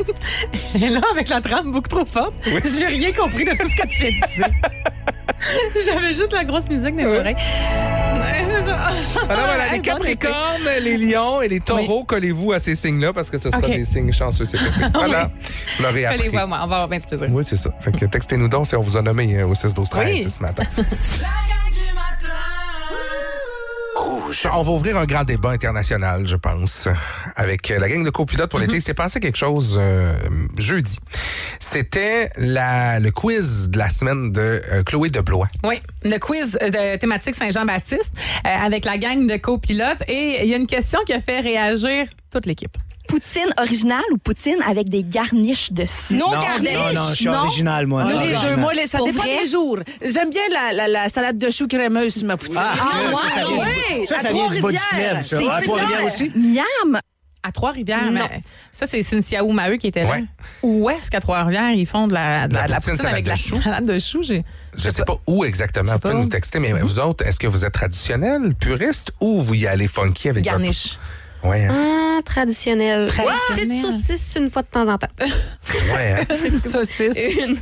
Speaker 5: Et là, avec la trame beaucoup trop forte, j'ai rien compris de tout ce que tu as dit. J'avais juste la grosse musique des oreilles.
Speaker 3: Alors Ah, voilà,
Speaker 5: Ah, Hey,
Speaker 3: les
Speaker 5: bon été.
Speaker 3: Capricornes, les Lions et les Taureaux, collez-vous à ces signes-là parce que ce sera
Speaker 5: Ok.
Speaker 3: des signes chanceux cet été. Voilà, vous l'aurez appris.
Speaker 5: Allez, ouais, moi, on va avoir bien du plaisir.
Speaker 3: Oui, c'est ça. Fait que textez-nous donc si on vous a nommé euh, au 6 12 13 ce matin. Rouge. On va ouvrir un grand débat international, je pense, avec euh, la gang de copilotes pour l'été. Il s'est passé quelque chose euh, jeudi. C'était la- le quiz de la semaine de euh, Chloé Deblois.
Speaker 5: Oui, le quiz euh, de thématique Saint-Jean-Baptiste euh, avec la gang de copilotes. Et il y a une question qui a fait réagir toute l'équipe.
Speaker 9: Poutine originale ou poutine avec des garniches dessus?
Speaker 10: Non, non, non, je suis original, moi.
Speaker 11: Les
Speaker 10: original.
Speaker 11: deux, moi, les- ça
Speaker 9: Pour
Speaker 11: dépend
Speaker 9: vrai?
Speaker 11: des jours. J'aime bien la, la, la salade de choux crémeuse sur ma poutine.
Speaker 10: Ah, ça, ça vient
Speaker 11: oui,
Speaker 10: du, ça,
Speaker 11: à
Speaker 10: ça vient du bas du
Speaker 11: Trois-Rivières.
Speaker 10: fleuve, ça.
Speaker 11: C'est
Speaker 10: Ah, Trois-Rivières aussi?
Speaker 9: Miam!
Speaker 5: À Trois-Rivières,
Speaker 4: Non.
Speaker 5: mais ça, c'est Cynthia ou Maheu qui était là.
Speaker 3: Ouais.
Speaker 5: Où est-ce qu'à Trois-Rivières, ils font de la, de la, de la poutine, avec de la
Speaker 3: chou.
Speaker 5: salade de choux? J'ai-
Speaker 3: Je sais pas où exactement. Vous pouvez
Speaker 5: pas.
Speaker 3: nous texter, mais vous autres, est-ce que vous êtes traditionnel, puriste ou vous y allez funky avec votre-
Speaker 5: Garniche.
Speaker 3: Ouais, hein?
Speaker 6: Ah, traditionnel.
Speaker 5: Traditionnel.
Speaker 6: Petite saucisse une fois de temps en temps.
Speaker 3: ouais. hein?
Speaker 5: Saucisse.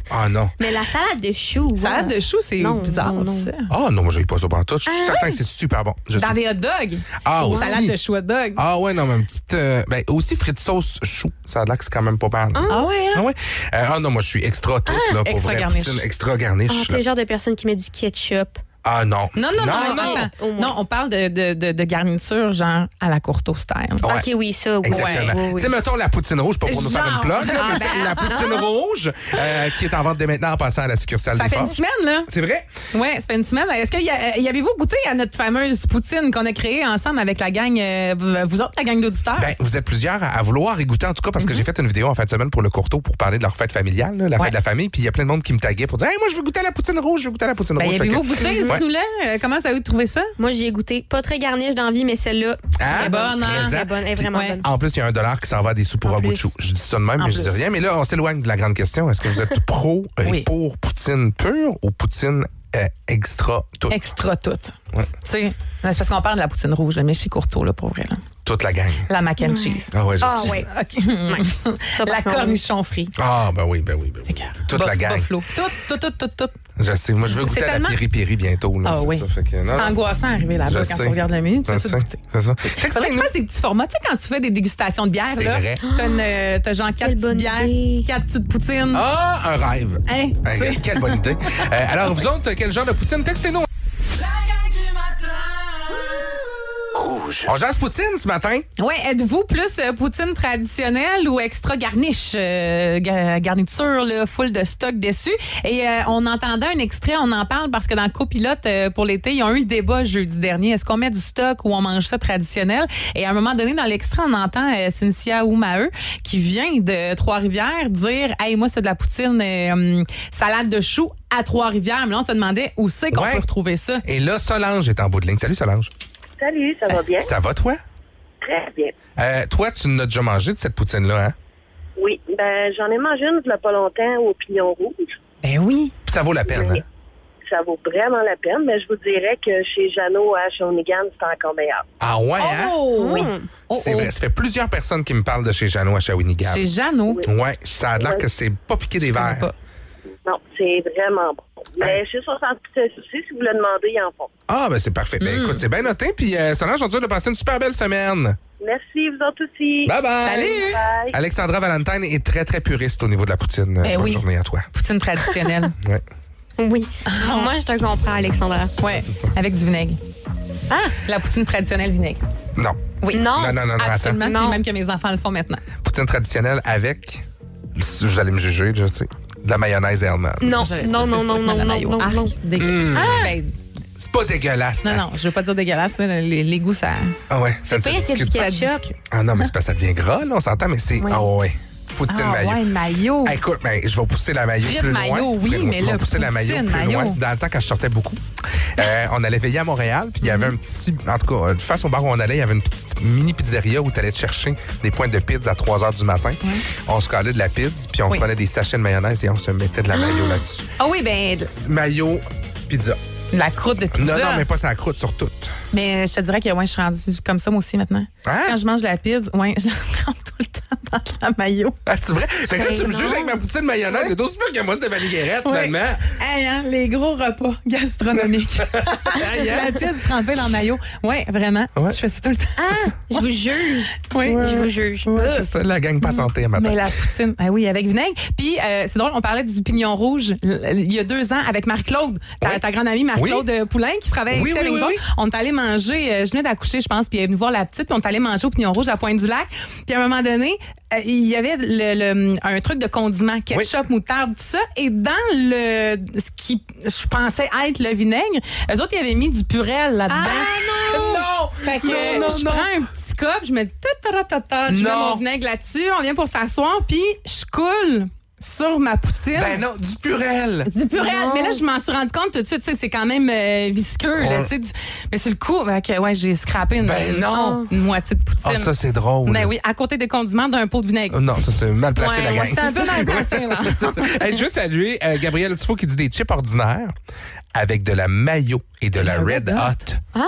Speaker 3: Ah non.
Speaker 6: Mais la salade de choux.
Speaker 5: Salade de choux, c'est
Speaker 6: Non,
Speaker 5: bizarre,
Speaker 6: non, non.
Speaker 5: ça.
Speaker 3: Ah non, moi j'ai pas ça pour tout. Je suis certain que c'est super bon. Je
Speaker 5: Ah. Dans
Speaker 3: sais-
Speaker 5: des hot dogs.
Speaker 3: Ah aussi.
Speaker 5: Salade de choux hot dog.
Speaker 3: Ah ouais, non, mais une petite. euh, ben aussi frites sauce chou. Ça a l'air que c'est quand même pas mal. Ah,
Speaker 5: Ah ouais, hein?
Speaker 3: ouais. Euh, ah non, moi je suis extra tout là pour
Speaker 5: Extra
Speaker 3: vrai.
Speaker 5: garniche.
Speaker 3: Poutine, extra garniche.
Speaker 6: Ah, t'es
Speaker 3: là.
Speaker 6: le genre de personne qui met du ketchup,
Speaker 3: Ah non.
Speaker 5: Non, non, non,
Speaker 3: non.
Speaker 5: non. Non, on parle de, de, de, de garniture, genre, à la courte style.
Speaker 3: Ouais.
Speaker 6: oui, ça, oui.
Speaker 3: Exactement. Tu sais, mettons la poutine rouge, pas pour nous faire une
Speaker 5: Genre.
Speaker 3: plug, là,
Speaker 5: Ah,
Speaker 3: mais tu sais,
Speaker 5: ben.
Speaker 3: la poutine rouge euh, qui est en vente dès maintenant en passant à la succursale
Speaker 5: Ça
Speaker 3: des
Speaker 5: fait une
Speaker 3: Forges.
Speaker 5: semaine, là.
Speaker 3: C'est vrai?
Speaker 5: Ouais, ça fait une semaine. Est-ce que y a- y avez-vous goûté à notre fameuse poutine qu'on a créée ensemble avec la gang, euh, vous autres, la gang d'auditeurs?
Speaker 3: Ben, vous êtes plusieurs à, à vouloir y goûter, en tout cas,
Speaker 5: Mm-hmm.
Speaker 3: parce que j'ai fait une vidéo en fin de semaine pour le courteau pour parler de leur fête familiale, là, la fête de la famille. Puis il y a plein de monde qui me taguait pour dire Hey, moi, je veux goûter à la poutine rouge, je veux goûter à la poutine
Speaker 5: Ben,
Speaker 3: rouge. Fait
Speaker 5: avez-vous
Speaker 3: que-
Speaker 5: goûté?
Speaker 3: Ouais.
Speaker 5: Dites-nous-le. Euh, Comment ça vous trouvez ça?
Speaker 6: Moi, j'y ai goûté. Pas très garniche d'envie, mais celle-là,
Speaker 3: Ah,
Speaker 6: très
Speaker 5: hein?
Speaker 6: bonne.
Speaker 3: présent.
Speaker 6: Très bonne, elle est
Speaker 3: Puis,
Speaker 6: vraiment
Speaker 5: ouais.
Speaker 6: bonne.
Speaker 3: En plus, il y a un dollar qui s'en va à des sous pour un bout de chou. Je dis ça de même,
Speaker 6: En
Speaker 3: mais je dis
Speaker 6: plus.
Speaker 3: rien. Mais là, on s'éloigne de la grande question. Est-ce que vous êtes pro et
Speaker 5: Oui.
Speaker 3: pour poutine pure ou poutine euh, extra toute,
Speaker 5: Extra toute.
Speaker 3: Ouais.
Speaker 5: Tu sais, ben, c'est parce qu'on parle de la poutine rouge, mais chez Courteau, là, pour vrai. Là.
Speaker 3: toute la gang?
Speaker 5: La mac and cheese.
Speaker 3: Ah ouais, je
Speaker 6: Ah,
Speaker 3: sais.
Speaker 6: ouais.
Speaker 5: OK.
Speaker 6: Ça, par
Speaker 5: la
Speaker 6: contre,
Speaker 5: cornichon frit.
Speaker 3: Ah, ben oui, ben oui, ben oui. Toute la
Speaker 5: Buff-
Speaker 3: gang.
Speaker 5: buffalo. Tout, tout, tout, tout, tout.
Speaker 3: Je sais, moi, je veux
Speaker 5: C'est
Speaker 3: goûter à la
Speaker 5: tellement-
Speaker 3: piri-piri bientôt. Là,
Speaker 5: Ah
Speaker 3: c'est
Speaker 5: oui.
Speaker 3: ça, fait que- non,
Speaker 5: C'est
Speaker 3: non.
Speaker 5: angoissant d'arriver
Speaker 3: Je
Speaker 5: là-bas quand
Speaker 3: sais.
Speaker 5: tu regardes le menu. Tu
Speaker 3: Je
Speaker 5: veux tout
Speaker 3: sais,
Speaker 5: goûter.
Speaker 3: c'est ça.
Speaker 5: Faudrait que tu fasses des petits formats. Tu sais, quand tu fais des dégustations de bière,
Speaker 3: C'est
Speaker 5: là,
Speaker 3: vrai.
Speaker 5: t'as, une, euh, t'as genre quatre
Speaker 6: Quelle
Speaker 5: petites
Speaker 6: bonne idée.
Speaker 5: bières, quatre petites poutines.
Speaker 3: Ah, un rêve.
Speaker 5: Hein,
Speaker 3: Hey,
Speaker 5: tu sais.
Speaker 3: quelle bonne idée. Euh, alors, vous autres, quel genre de poutine? Textez-nous. On jase poutine ce matin.
Speaker 5: Ouais, êtes-vous plus euh, poutine traditionnelle ou extra garniche, euh, ga- garniture là, full de stock dessus Et euh, on entendait un extrait, on en parle parce que dans copilote euh, pour l'été, ils ont eu le débat jeudi dernier. Est-ce qu'on met du stock ou on mange ça traditionnel Et à un moment donné, dans l'extrait, on entend euh, Cynthia Oumae qui vient de Trois-Rivières dire, hey, moi c'est de la poutine euh, hum, salade de choux à Trois-Rivières. Mais là, on se demandait où c'est qu'on
Speaker 3: Ouais.
Speaker 5: peut retrouver ça.
Speaker 3: Et là, Solange est en bout de ligne. Salut, Solange.
Speaker 7: Salut, ça va bien?
Speaker 3: Ça va, toi?
Speaker 7: Très bien.
Speaker 3: Euh, toi, tu n'as déjà mangé de cette poutine-là, hein?
Speaker 7: Oui, ben j'en ai mangé une il n'y a pas longtemps au pignon rouge.
Speaker 5: Ben oui.
Speaker 3: Puis ça vaut la peine, hein?
Speaker 7: Ça vaut vraiment la peine, mais je vous dirais que chez Jeannot à Shawinigan, c'est encore meilleur.
Speaker 3: Ah ouais, hein?
Speaker 5: Oh, oui. Oh,
Speaker 3: C'est
Speaker 5: oh.
Speaker 3: vrai. Ça fait plusieurs personnes qui me parlent de chez Jeannot à Shawinigan.
Speaker 5: Chez Jeannot.
Speaker 3: Ouais, ça a l'air que c'est pas piqué des
Speaker 5: connais
Speaker 3: verres.
Speaker 5: pas.
Speaker 7: Non, c'est vraiment bon.
Speaker 3: Hey.
Speaker 7: Mais chez 67 aussi, si vous le demandez, ils en font.
Speaker 3: Ah, ben c'est parfait. Ben
Speaker 5: Mm.
Speaker 3: écoute, c'est bien noté. Puis euh, Solange, on te souhaite de passer une super belle semaine.
Speaker 7: Merci, vous autres aussi.
Speaker 3: Bye bye.
Speaker 5: Salut.
Speaker 7: Bye.
Speaker 3: Alexandra Valentine est très, très puriste au niveau de la poutine. Euh, Bonne
Speaker 5: Eh oui.
Speaker 3: journée à toi.
Speaker 5: Poutine traditionnelle.
Speaker 3: Ouais.
Speaker 6: Oui. Moi, je te comprends, Alexandra.
Speaker 5: Ouais, avec du vinaigre. Ah, la poutine traditionnelle vinaigre.
Speaker 3: Non.
Speaker 5: Oui.
Speaker 6: Non.
Speaker 3: Non, non, non, non, attends.
Speaker 5: Absolument, puis
Speaker 6: Non.
Speaker 5: même que mes enfants le font maintenant.
Speaker 3: Poutine traditionnelle avec. Vous allez me juger, je sais. De la mayonnaise et allemande.
Speaker 6: Non,
Speaker 5: Ça,
Speaker 6: non,
Speaker 5: c'est
Speaker 6: non,
Speaker 5: sûr que
Speaker 6: non, non,
Speaker 5: Madame
Speaker 6: non,
Speaker 5: Maillot- Ah,
Speaker 6: non,
Speaker 5: Arc,
Speaker 6: non.
Speaker 3: Hmm.
Speaker 5: dégueu- Ben,
Speaker 3: C'est pas dégueulasse.
Speaker 5: non,
Speaker 3: hein?
Speaker 5: non, je veux pas dire dégueulasse, là, les, les goûts, ça.
Speaker 3: Ah ouais, ça ne se
Speaker 6: pire, c'est du
Speaker 3: discute pas.
Speaker 6: ketchup.
Speaker 3: Ah non, mais c'est parce que ça devient gras, là, on s'entend, mais c'est. Ah ouais. Poutine mayo.
Speaker 5: maillot.
Speaker 3: Hey, écoute, ben, je vais pousser la maillot
Speaker 5: Ah Frites
Speaker 3: plus loin.
Speaker 5: mayo, oui,
Speaker 3: Frites-
Speaker 5: mais
Speaker 3: on va
Speaker 5: là,
Speaker 3: pousser la maillot
Speaker 5: poutine
Speaker 3: plus loin.
Speaker 5: mayo.
Speaker 3: Dans le temps, quand je sortais beaucoup, euh, on allait veiller à Montréal, puis il y avait un petit... En tout cas, euh, face au bar où on allait, il y avait une petite mini pizzeria où tu allais te chercher des pointes de pizza à 3 h du matin. On se calait de la pizza, puis on
Speaker 5: Oui.
Speaker 3: prenait des sachets de mayonnaise et on se mettait de la maillot là-dessus.
Speaker 5: Ah oui, ben, de-
Speaker 3: Maillot, pizza.
Speaker 5: de la croûte de pizza.
Speaker 3: Non, non, mais pas sa croûte, sur toute.
Speaker 5: Mais euh, je te dirais que ouais, je suis rendue comme ça, moi aussi, maintenant.
Speaker 3: Hein?
Speaker 5: Quand je mange de la pizza, ouais, je la prends tout le temps dans de la maillot.
Speaker 3: Ah, c'est vrai? Fait que là, tu me
Speaker 6: non.
Speaker 3: juges avec ma poutine mayonnaise. C'est d'autres fois que moi, c'était Valérie Guérette, finalement.
Speaker 5: Hey, hein, les gros repas gastronomiques.
Speaker 3: Aïe, hein?
Speaker 5: la pizza trempée dans le maillot. Ouais, vraiment.
Speaker 3: Ouais.
Speaker 5: Je fais ça tout le temps.
Speaker 6: Ah, je vous juge.
Speaker 5: Oui.
Speaker 6: Je vous juge.
Speaker 3: C'est ça, la gang pas santé, matin.
Speaker 5: Euh, Mais la poutine, ah oui, avec vinaigre. Puis, euh, c'est drôle, on parlait du pignon rouge l- il y a deux ans avec Marc-Claude, ta,
Speaker 3: Oui.
Speaker 5: ta grande amie Marc-Claude euh, Poulain qui travaille
Speaker 3: Oui, oui,
Speaker 5: ici avec
Speaker 3: oui,
Speaker 5: nous autres.
Speaker 3: oui.
Speaker 5: On est allé manger, euh, je venais d'accoucher, je pense, puis elle est venue voir la petite, puis on est allé manger au pignon rouge à Pointe-du-Lac. Puis, à un moment donné, euh, il y avait le- le- un truc de condiment, ketchup, moutarde, tout ça. Et dans le ce qui, je pensais être le vinaigre, eux autres, ils avaient mis du purel là-dedans.
Speaker 3: Ah, Non!
Speaker 5: Fait que euh,
Speaker 3: non,
Speaker 5: je
Speaker 3: non.
Speaker 5: prends un petit cop, je me dis ta ta ta ta, je mets
Speaker 3: Non.
Speaker 5: mon vinaigre là-dessus, on vient pour s'asseoir, puis je coule sur ma poutine.
Speaker 3: Ben non, du purel!
Speaker 5: Du purel,
Speaker 6: Non.
Speaker 5: mais là je m'en suis rendu compte tout de suite, tu sais, c'est quand même euh, visqueux là,
Speaker 3: Ouais.
Speaker 5: tu sais, du- mais sur le coup, ben, que, ouais, j'ai scrappé une,
Speaker 3: Ben non.
Speaker 5: une moitié de poutine.
Speaker 3: Ah, ça, c'est drôle.
Speaker 5: ben oui, à côté des condiments d'un pot de vinaigre.
Speaker 3: Euh, Non, ça, c'est mal placé,
Speaker 5: Ouais,
Speaker 3: la gang.
Speaker 5: c'est un peu mal placé, là.
Speaker 3: C'est ça. Hey, je veux saluer euh, Gabriel Tifo qui dit des chips ordinaires avec de la mayo et de la
Speaker 5: Le
Speaker 3: Red
Speaker 5: Red
Speaker 3: Hot.
Speaker 6: Ah, ah,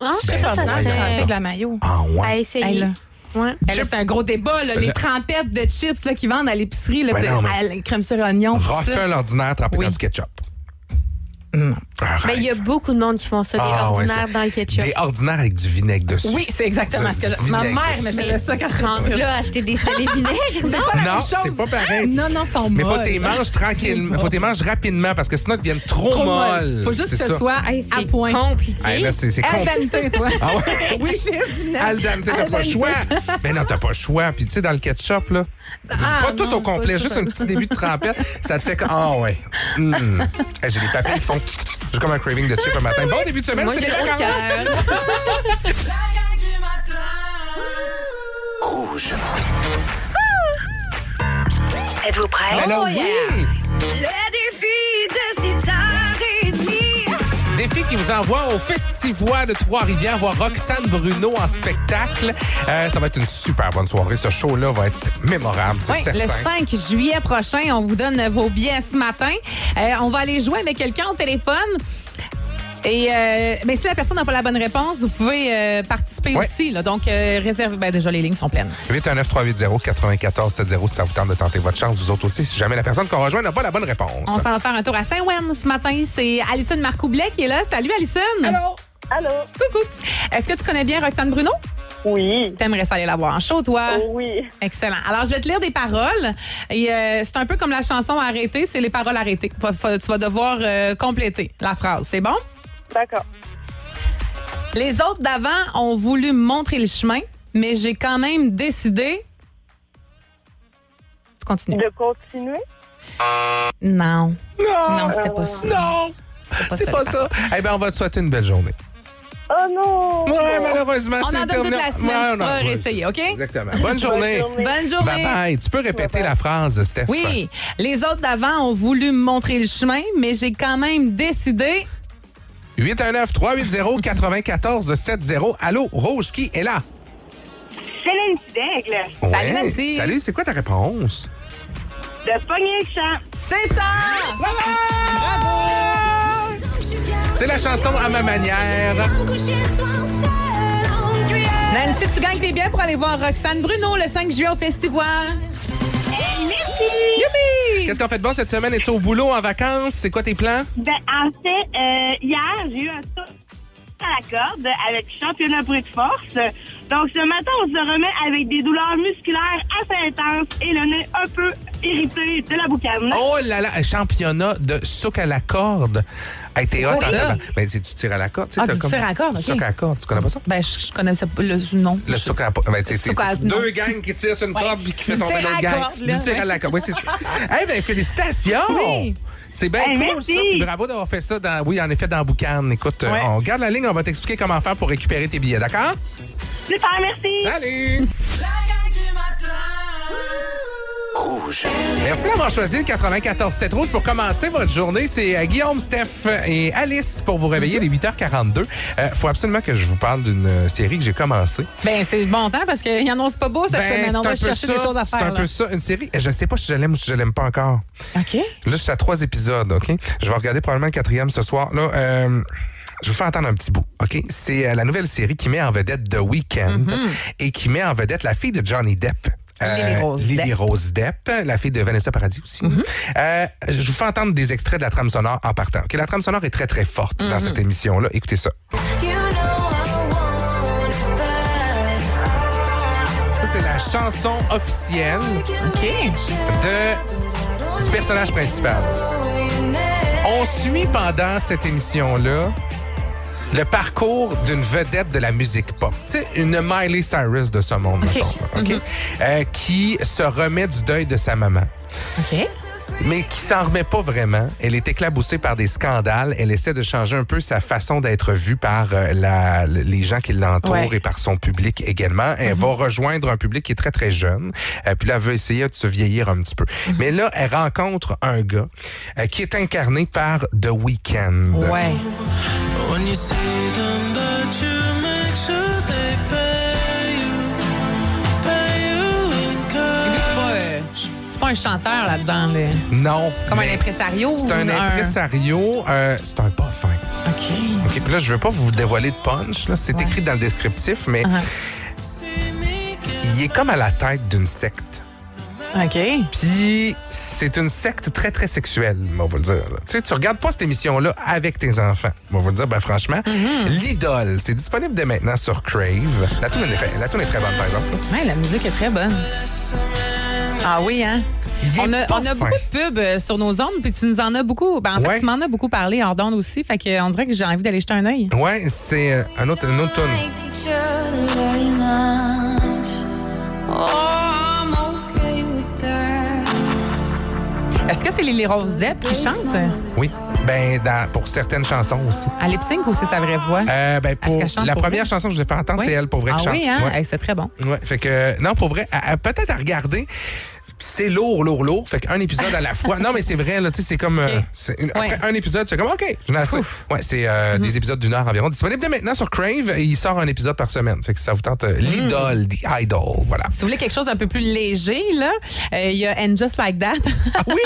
Speaker 3: Ben,
Speaker 6: ça, ça, ça,
Speaker 3: voyons
Speaker 6: serait-
Speaker 5: avec la maillot.
Speaker 3: Ah
Speaker 6: À
Speaker 3: ouais.
Speaker 6: essayer.
Speaker 5: Hey, là.
Speaker 6: Ouais.
Speaker 5: Ben là, c'est un gros débat, là, les
Speaker 3: Le-
Speaker 5: trempettes de chips là, qui vendent à l'épicerie, là,
Speaker 3: Ben non, mais-
Speaker 5: à la crème sur oignon. tout ça.
Speaker 3: Refais l'ordinaire trempé
Speaker 5: Oui.
Speaker 3: dans du ketchup.
Speaker 6: Ben, il y a beaucoup de monde qui font ça, des
Speaker 3: Ah, ouais,
Speaker 6: ordinaires
Speaker 3: ça.
Speaker 6: dans le ketchup.
Speaker 3: Des ordinaires avec du vinaigre dessus.
Speaker 6: Oui,
Speaker 12: c'est exactement
Speaker 3: Du
Speaker 12: ce que je-
Speaker 3: vinaigre
Speaker 12: ma mère me
Speaker 3: dessus.
Speaker 12: faisait ça quand je
Speaker 6: Rendu là, acheter des salés vinaigres,
Speaker 12: C'est pas la
Speaker 3: Non,
Speaker 12: même chose.
Speaker 3: c'est pas pareil.
Speaker 12: Non,
Speaker 5: Ah!
Speaker 12: non, ils sont
Speaker 3: Mais faut
Speaker 12: molles.
Speaker 3: que t'es manges tranquillement, faut que t'es manges rapidement parce que sinon ils deviennent trop,
Speaker 12: Trop
Speaker 3: molles.
Speaker 12: molle. Faut juste
Speaker 3: C'est
Speaker 12: que ce
Speaker 3: ça.
Speaker 12: soit à point.
Speaker 6: compliqué.
Speaker 3: Hey, là, c'est- c'est
Speaker 12: Al
Speaker 3: compli-
Speaker 12: dente, toi.
Speaker 3: Ah ouais? Oui.
Speaker 12: Chips, non.
Speaker 3: Al dente, t'as
Speaker 12: Al
Speaker 3: pas le
Speaker 12: dente.
Speaker 3: choix. Ben non, t'as pas le choix. Puis tu sais, dans le ketchup, là,
Speaker 12: Ah,
Speaker 3: pas tout au complet, juste un petit début de trempette, ça te fait que, ah ouais. Hmm. Hey, J'ai des papilles qui font, j'ai comme un craving de chips le matin. Bon début de semaine,
Speaker 1: Moi,
Speaker 3: c'est
Speaker 1: j'ai
Speaker 3: les
Speaker 1: le
Speaker 3: vacances.
Speaker 1: Rouge.
Speaker 2: Êtes-vous prêts?
Speaker 5: Oh,
Speaker 3: Alors, oui.
Speaker 2: Le défi de 6h30.
Speaker 3: Défi qui vous envoie au Festivois de Trois-Rivières voir Roxane Bruno en spectacle. Euh, ça va être une super bonne soirée. Ce show-là va être mémorable, c'est
Speaker 5: Oui,
Speaker 3: certain.
Speaker 5: le 5 juillet prochain, on vous donne vos billets ce matin. Euh, on va aller jouer avec quelqu'un au téléphone. Et euh, mais si la personne n'a pas la bonne réponse, vous pouvez euh, participer
Speaker 3: Ouais.
Speaker 5: aussi. là. Donc, euh, réservez. Ben, déjà, les lignes sont pleines.
Speaker 3: 819-380-9470 si ça vous tente de tenter votre chance. Vous autres aussi, si jamais la personne qu'on rejoint n'a pas la bonne réponse.
Speaker 5: On s'en va faire un tour à Saint-Wen ce matin. C'est Alison Marcoublet qui est là. Salut, Alison. Allô.
Speaker 7: Allô.
Speaker 5: Coucou. Est-ce que tu connais bien Roxane Bruno?
Speaker 7: Oui.
Speaker 5: T'aimerais ça aller la voir en show, toi?
Speaker 3: Oh.
Speaker 7: oui.
Speaker 5: Excellent. Alors, je vais te lire des paroles. Et euh, c'est un peu comme la chanson Arrêtée, c'est les paroles arrêtées. Faut- faut- tu vas devoir euh, compléter la phrase. C'est bon?
Speaker 7: D'accord.
Speaker 5: Les autres d'avant ont voulu me montrer le chemin, mais j'ai quand même décidé. Tu continues.
Speaker 7: De continuer?
Speaker 5: Non.
Speaker 3: Non.
Speaker 5: Non, c'était pas ça.
Speaker 3: Non. C'est pas ça. Eh bien, on va te souhaiter une belle journée.
Speaker 7: Oh non!
Speaker 3: Ouais, malheureusement,
Speaker 5: On
Speaker 3: c'est
Speaker 5: en donne
Speaker 3: terminé.
Speaker 5: toute la semaine,
Speaker 3: Ouais,
Speaker 5: tu
Speaker 3: non,
Speaker 5: pourras
Speaker 3: ouais.
Speaker 5: réessayer, OK?
Speaker 3: Exactement. Bonne journée.
Speaker 5: Bonne journée.
Speaker 3: Bye-bye. Tu peux répéter la phrase, Steph.
Speaker 5: Oui, les autres d'avant ont voulu me montrer le chemin, mais j'ai quand même décidé.
Speaker 3: 819-380-9470. Allô, Rouge, qui est là?
Speaker 7: Céline Daigle.
Speaker 3: Ouais. Salut, c'est quoi ta réponse?
Speaker 7: De pogner le champ.
Speaker 5: C'est ça!
Speaker 7: Bravo!
Speaker 3: C'est la chanson À ma manière.
Speaker 5: Nancy, tu gagnes tes biens pour aller voir Roxane Bruno le 5 juillet au Festival. Youpi!
Speaker 3: Qu'est-ce qu'on fait de bon cette semaine? Es-tu au boulot, en vacances? C'est quoi tes plans?
Speaker 7: Ben, en fait, euh, hier, j'ai eu un tour à la corde avec championnat brut de force. Donc, ce matin, on se remet avec des douleurs musculaires assez intenses et le nez un peu irrité de la boucane.
Speaker 3: Oh là là, un championnat de souk à la corde. Hey, t'es hot
Speaker 5: quoi
Speaker 3: en
Speaker 5: ça?
Speaker 3: tabarnak. Ben, c'est du tir à la corde. tu sais,
Speaker 5: Ah,
Speaker 3: t'as
Speaker 5: du
Speaker 3: comme-
Speaker 5: tir à la corde, ok.
Speaker 3: Souk à la corde, tu connais pas ça?
Speaker 5: Ben, je, je connais ça, le nom.
Speaker 3: Le souk à la ben, tu sais,
Speaker 5: Souk à la-
Speaker 3: c'est deux
Speaker 5: non.
Speaker 3: gangs qui tirent sur une
Speaker 5: Ouais.
Speaker 3: corde puis qui fait
Speaker 5: Du
Speaker 3: tomber
Speaker 5: tir à
Speaker 3: l'autre
Speaker 5: la
Speaker 3: gang.
Speaker 5: corde, là,
Speaker 3: du tir à
Speaker 5: ouais.
Speaker 3: la corde. Oui, c'est ça. Eh bien, félicitations!
Speaker 5: Oui.
Speaker 3: C'est bien
Speaker 5: Hey,
Speaker 3: cool,
Speaker 5: merci.
Speaker 3: ça. Puis Bravo d'avoir fait ça. Dans, oui, en effet, dans Boucan. Écoute, euh,
Speaker 5: Ouais.
Speaker 3: on garde la ligne, on va t'expliquer comment faire pour récupérer tes billets, d'accord?
Speaker 7: Super, merci!
Speaker 3: Salut! Rouge. Merci d'avoir choisi le 94-7 Rouge pour commencer votre journée. C'est euh, Guillaume, Steph et Alice pour vous réveiller les 8h42. Euh, faut absolument que je vous parle d'une euh, série que j'ai commencée.
Speaker 5: Ben, c'est bon temps parce qu'il annonce pas beau cette
Speaker 3: Ben,
Speaker 5: semaine. On
Speaker 3: c'est un
Speaker 5: va
Speaker 3: peu
Speaker 5: chercher
Speaker 3: ça.
Speaker 5: des choses à faire.
Speaker 3: C'est un
Speaker 5: là.
Speaker 3: peu ça, une série. Euh, Je sais pas si je l'aime ou si je l'aime pas encore.
Speaker 5: OK.
Speaker 3: Là, je suis à trois épisodes, OK? Je vais regarder probablement le quatrième ce soir. Là, euh, je vous fais entendre un petit bout, OK? C'est euh, la nouvelle série qui met en vedette The Weeknd et qui met en vedette la fille de Johnny Depp.
Speaker 13: Mhm.
Speaker 3: euh,
Speaker 13: Lily Rose
Speaker 3: Lily
Speaker 13: Depp. Mhm.
Speaker 3: Rose Depp, la fille de Vanessa Paradis aussi. Euh, je vous fais entendre des extraits de la trame sonore en partant. OK? La trame sonore est très, très forte dans
Speaker 2: Mhm.
Speaker 3: cette émission-là. Écoutez ça. Ça, c'est la chanson officielle de, du personnage principal. On suit pendant cette émission-là le parcours d'une vedette de la musique pop. Tu sais, une Miley Cyrus de ce monde,
Speaker 2: OK.
Speaker 3: mettons, là, OK? Euh, qui se remet du deuil de sa maman. Mais qui s'en remet pas vraiment. Elle est éclaboussée par des scandales. Elle essaie de changer un peu sa façon d'être vue par euh, la- les gens qui l'entourent
Speaker 13: Ouais.
Speaker 3: et par son public également. Elle
Speaker 5: Mhm.
Speaker 3: va rejoindre un public qui est très, très jeune. Euh, puis là, elle veut essayer de se vieillir un petit peu.
Speaker 5: Mhm.
Speaker 3: Mais là, elle rencontre un gars euh, qui est incarné par The Weeknd.
Speaker 13: Ouais. When you see them that you make sure they pay you, pay you in
Speaker 5: Lui,
Speaker 13: cash.
Speaker 5: c'est pas, euh, c'est pas un chanteur là-dedans. Là.
Speaker 3: Non.
Speaker 5: C'est comme un
Speaker 3: mais
Speaker 5: impresario.
Speaker 3: C'est un
Speaker 5: ou
Speaker 3: impresario. euh, c'est un pas fin.
Speaker 5: OK.
Speaker 3: OK. Puis là, je veux pas vous dévoiler de punch. là. C'est écrit dans le
Speaker 5: Uh-huh.
Speaker 3: descriptif, mais il est comme à la tête d'une secte.
Speaker 5: OK.
Speaker 3: Puis c'est une secte très, très sexuelle, on va le dire. là. Tu sais, tu regardes pas cette émission-là avec tes enfants. On va le dire, ben franchement,
Speaker 5: Mm-hmm.
Speaker 3: l'idole, c'est disponible dès maintenant sur Crave. La tune est, la toune est très bonne, par exemple.
Speaker 5: Ouais, la musique est très bonne. Ah oui, hein? On a,
Speaker 3: pas
Speaker 5: on
Speaker 3: fin.
Speaker 5: a beaucoup de pubs euh, sur nos ondes, puis tu nous en as beaucoup. Ben, en
Speaker 3: Ouais.
Speaker 5: fait, tu m'en as beaucoup parlé hors d'onde aussi, fait que, euh, on dirait que j'ai envie d'aller jeter un œil.
Speaker 3: Ouais, c'est euh, un autre, une autre toune.
Speaker 14: each other very much. Oh, I'm okay with that.
Speaker 5: Est-ce que c'est les Rose Depp qui chantent?
Speaker 3: Oui. Ben, dans- pour certaines chansons aussi.
Speaker 5: À lip sync ou c'est sa vraie voix?
Speaker 3: Euh, ben, pour
Speaker 5: qu'elle chante
Speaker 3: la
Speaker 5: pour
Speaker 3: première
Speaker 5: vous?
Speaker 3: chanson que je vous ai fait entendre,
Speaker 5: Oui.
Speaker 3: c'est elle pour vrai qui
Speaker 5: Ah
Speaker 3: chante.
Speaker 5: oui, hein?
Speaker 3: Ouais.
Speaker 5: Hey, c'est très bon.
Speaker 3: Ouais, fait que euh, non pour vrai, à- à- peut-être à regarder. C'est lourd, lourd, lourd. Fait qu'un épisode à la fois. Non, mais c'est vrai, là, tu sais, c'est comme. euh, c'est une-
Speaker 5: Ouais. Mhm.
Speaker 3: Après un épisode, c'est comme, OK, j'en ai assez. Ouais, c'est euh, des épisodes d'une heure environ. Disponible dès maintenant sur Crave et il sort un épisode par semaine. Fait que ça vous tente
Speaker 5: Mm.
Speaker 3: euh, l'idole, the idol. Voilà.
Speaker 5: Si vous voulez quelque chose d'un peu plus léger, là, euh, il y a And Just Like That.
Speaker 3: Ah
Speaker 5: oui!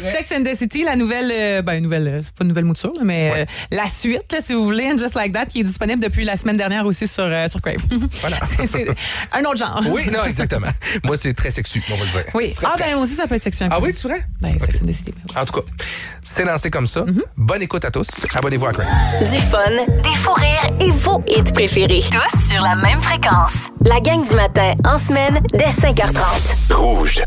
Speaker 5: Sex and the City, la nouvelle, euh, ben, nouvelle, euh, c'est pas une nouvelle mouture, là, mais euh, la suite, là, si vous voulez, And Just Like That, qui est disponible depuis la semaine dernière aussi sur, euh, sur Crave. Voilà. c'est un autre genre.
Speaker 3: Oui, non, exactement. Moi, c'est très sexu, on va le dire.
Speaker 5: Oui.
Speaker 3: Très,
Speaker 5: Ah,
Speaker 3: très.
Speaker 5: ben, aussi, ça peut être sexuel.
Speaker 3: Ah oui, tu vrai?
Speaker 5: Ben, Sex and the City.
Speaker 3: En tout cas, c'est lancé comme ça.
Speaker 5: Mhm.
Speaker 3: Bonne écoute à tous. Abonnez-vous à Crave.
Speaker 2: Du fun, des fous rires et vos hits préférés. Tous sur la même fréquence. La gang du matin en semaine dès 5h30.
Speaker 1: Rouge.